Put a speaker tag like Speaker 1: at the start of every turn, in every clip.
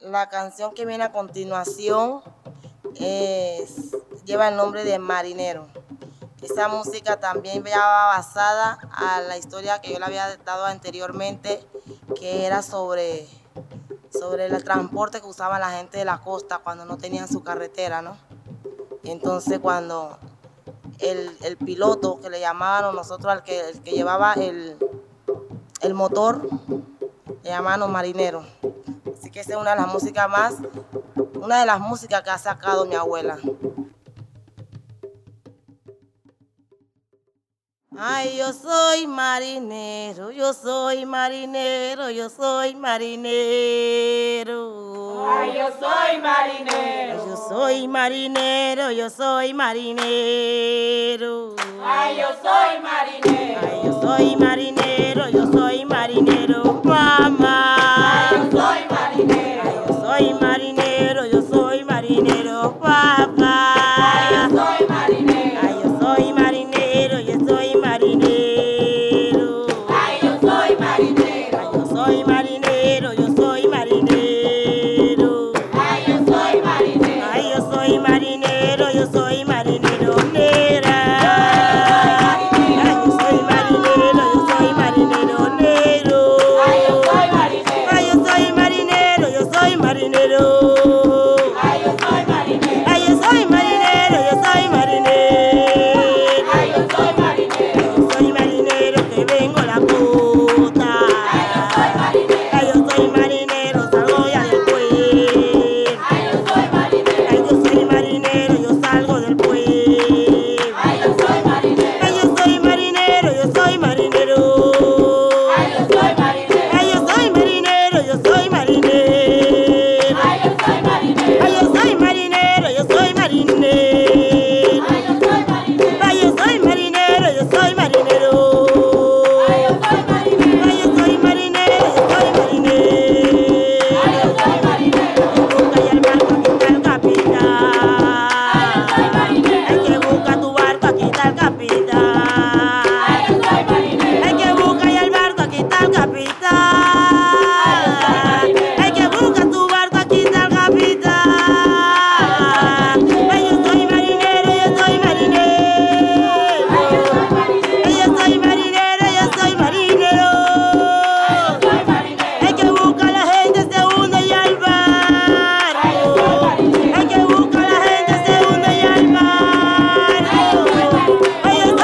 Speaker 1: La canción que viene a continuación es- lleva el nombre de Marinero. Esa música también ya va basada a la historia que yo le había dado anteriormente, que era sobre, sobre el transporte que usaba la gente de la costa cuando no tenían su carretera, ¿no? Entonces cuando el, el piloto que le llamaban nosotros al que, el que llevaba el, el motor, le llamaban marinero. Así que esa es una de las músicas más, una de las músicas que ha sacado mi abuela. Ay, yo soy marinero, yo soy marinero, yo soy marinero.
Speaker 2: Ay, yo soy marinero.
Speaker 1: Yo soy marinero, yo soy marinero.
Speaker 2: Ay, yo soy marinero.
Speaker 1: Ay, yo soy marinero, yo soy marinero,
Speaker 2: Ay, yo
Speaker 1: mamá.
Speaker 2: soy
Speaker 1: Ay,
Speaker 2: marinero.
Speaker 1: yo soy marinero, yo soy marinero,
Speaker 2: Ay, yo
Speaker 1: papá.
Speaker 2: soy marinero.
Speaker 1: Ay, yo soy marinero, yo soy marinero.
Speaker 2: Ay, yo soy
Speaker 1: Ay,
Speaker 2: marinero.
Speaker 1: yo soy marinero, yo soy marinero.
Speaker 2: Ay, yo soy marinero.
Speaker 1: Ay, yo soy marinero, yo soy marinero, nera. Ay, yo soy marinero, yo soy marinero, negro.
Speaker 2: Ay, yo soy marinero.
Speaker 1: Ay, yo soy marinero, yo soy marinero.
Speaker 2: Ay, yo soy marinero.
Speaker 1: Ay, yo soy marinero, yo soy marinero.
Speaker 2: Ay, yo soy marinero.
Speaker 1: Yo soy marinero que vengo a la puta.
Speaker 2: Ay, yo soy marinero.
Speaker 1: Ay, yo soy marinero, salgo ya del pueblo.
Speaker 2: Ay, yo soy
Speaker 1: Ay,
Speaker 2: marinero.
Speaker 1: yo soy marinero, yo salgo del pueblo.
Speaker 2: Ay, yo soy marinero.
Speaker 1: Ay, yo soy marinero, yo soy marinero.
Speaker 2: Ay, yo soy marinero.
Speaker 1: Ay, yo soy marinero, yo soy marinero.
Speaker 2: Ay, yo
Speaker 1: Ay, yo soy
Speaker 2: soy marinero.
Speaker 1: marinero, yo soy marinero.
Speaker 2: Ay, yo soy marinero.
Speaker 1: Ay, yo soy marinero, yo soy marinero. Ay, yo soy marinero, yo
Speaker 2: Ay, yo soy marinero.
Speaker 1: soy marinero.
Speaker 2: Ay, yo soy marinero.
Speaker 1: Busca y al barco aquí está el
Speaker 2: Ay, yo soy
Speaker 1: capitán. El
Speaker 2: marinero.
Speaker 1: que busca tu barco aquí está el capitán.
Speaker 2: Ay, yo soy marinero.
Speaker 1: El que busca y el barco, aquí está el capitán. El que busca tu barco, aquí está el capitán. Ay, yo soy marinero, yo soy
Speaker 2: Ay, yo
Speaker 1: marinero.
Speaker 2: soy marinero.
Speaker 1: Ay, yo soy marinero, yo soy marinero.
Speaker 2: Soy marinero.
Speaker 1: El que busca a la gente se hunde y al barco. El que busca a la gente se hunde y al barco. Ay, yo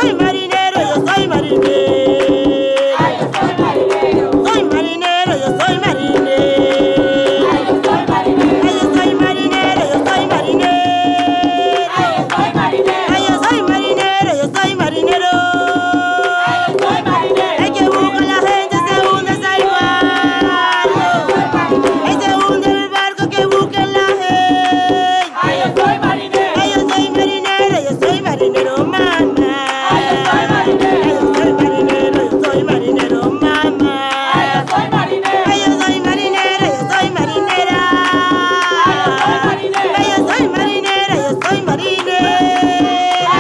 Speaker 1: soy marinero, yo soy marinero.
Speaker 2: Ay, yo soy marinero.
Speaker 1: Soy marinero, yo soy marinero.
Speaker 2: Ay, yo soy marinero.
Speaker 1: Ay, yo soy marinero, yo soy marinero.
Speaker 2: Ay, yo soy marinero.
Speaker 1: Ay, yo soy marinero, yo soy marinero.
Speaker 2: Ay, yo soy marinero.
Speaker 1: El que busca a la gente se hunde es al barco.
Speaker 2: Soy marinero.
Speaker 1: Ese hunde el barco que busca la
Speaker 2: Ay, yo
Speaker 1: gente.
Speaker 2: soy marinero.
Speaker 1: Ay, yo soy marinero, yo soy marinero, mamá.
Speaker 2: Ay, yo soy marinero.
Speaker 1: Ay, yo soy marinero, yo soy marinero, mamá.
Speaker 2: Ay, yo soy
Speaker 1: Ay, yo soy
Speaker 2: marinero.
Speaker 1: marinero, yo soy marinera.
Speaker 2: Ay,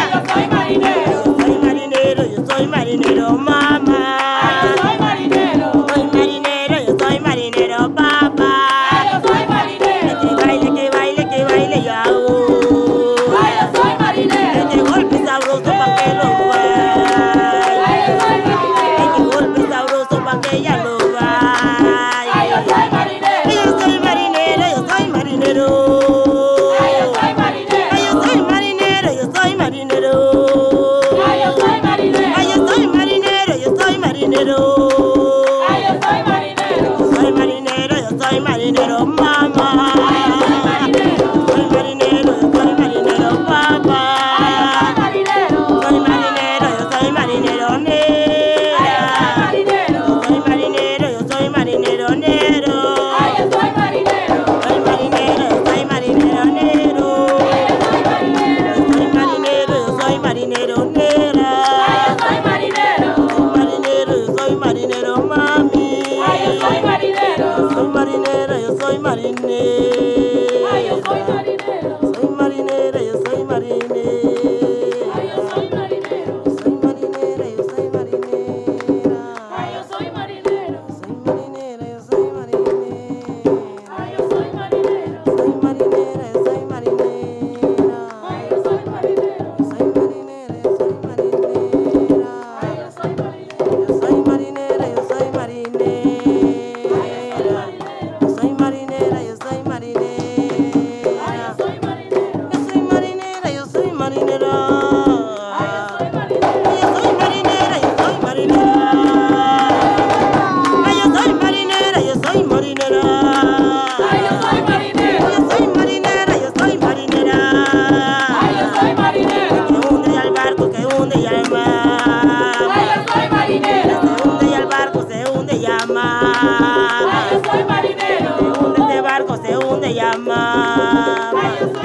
Speaker 2: yo soy marinero.
Speaker 1: Ay, yo soy marinero, yo soy marinera. Yo soy marinero,
Speaker 2: Ay, yo soy marinero.
Speaker 1: yo soy marinero,
Speaker 2: Ay, yo
Speaker 1: mamá.
Speaker 2: soy marinero.
Speaker 1: Soy marinero, yo soy marinero, papá.
Speaker 2: Ay, yo soy
Speaker 1: Que
Speaker 2: marinero.
Speaker 1: baile, que baile, que baile yo
Speaker 2: Ay,
Speaker 1: ahora.
Speaker 2: yo soy marinero.
Speaker 1: Este golpe sabroso pa' que lo
Speaker 2: Ay,
Speaker 1: vaya.
Speaker 2: yo soy
Speaker 1: Este
Speaker 2: marinero.
Speaker 1: golpe sabroso pa' que ella lo
Speaker 2: Ay, yo
Speaker 1: vaya.
Speaker 2: soy marinero.
Speaker 1: Yo soy marinero, yo soy marinero.
Speaker 2: Ay, yo soy marinero.
Speaker 1: Ay, yo soy marinero, yo soy marinero.
Speaker 2: Ay,
Speaker 1: Ay,
Speaker 2: yo soy marinero.
Speaker 1: yo soy marinero, yo soy marinero. Soy marinero, yo soy marinero,
Speaker 2: Ay, Ah, yo soy marinero. Ay, Ah, yo soy
Speaker 1: mamá.
Speaker 2: marinero.
Speaker 1: Soy marinero, yo soy marinero,
Speaker 2: Ah, Soy
Speaker 1: papá.
Speaker 2: marinero.
Speaker 1: Soy marinero, yo soy marinero, nera.
Speaker 2: Ay, yo soy marinero.
Speaker 1: Soy marinero, yo soy marinero, nero.
Speaker 2: Ay, Ah, yo soy marinero. Ah,
Speaker 1: Soy marinero, yo soy marinero, nero.
Speaker 2: Ay, yo soy marinero.
Speaker 1: Soy marinero, yo soy marinero,
Speaker 2: Ay,
Speaker 1: nera.
Speaker 2: yo soy marinero. Ah,
Speaker 1: Soy marinero, yo soy marinero, mami.
Speaker 2: Ay, yo soy marinero.
Speaker 1: Soy marinero, yo soy marinero.
Speaker 2: Ay, Ah, yo soy marinero.
Speaker 1: Soy marinera, yo soy
Speaker 2: Ay,
Speaker 1: marinera.
Speaker 2: yo soy marinero.
Speaker 1: Soy marinera, yo soy
Speaker 2: Ay, yo
Speaker 1: marinera.
Speaker 2: Ah,
Speaker 1: Soy marinera,
Speaker 2: soy marinero.
Speaker 1: yo soy marinera.
Speaker 2: Ay, yo soy marinero.
Speaker 1: marinera, yo soy
Speaker 2: Ay, yo
Speaker 1: marinera.
Speaker 2: soy marinero.
Speaker 1: Yo soy marinera, yo soy
Speaker 2: Ay, yo soy
Speaker 1: marinera.
Speaker 2: marinero.
Speaker 1: Yo soy marinera, yo soy marinera. Ay, yo soy marinera, yo soy
Speaker 2: Ay,
Speaker 1: marinera.
Speaker 2: Ah, yo soy marinero.
Speaker 1: Yo soy marinera, yo soy
Speaker 2: Ay, yo
Speaker 1: marinera.
Speaker 2: soy marinero.
Speaker 1: Que hunde y al barco, que hunde y al mar.
Speaker 2: Ay, yo soy marinero.
Speaker 1: Se hunde y al barco, se hunde y al
Speaker 2: Ay, yo
Speaker 1: mar.
Speaker 2: soy marinero.
Speaker 1: Se hunde este barco, se hunde y al mar.
Speaker 2: Ay, yo soy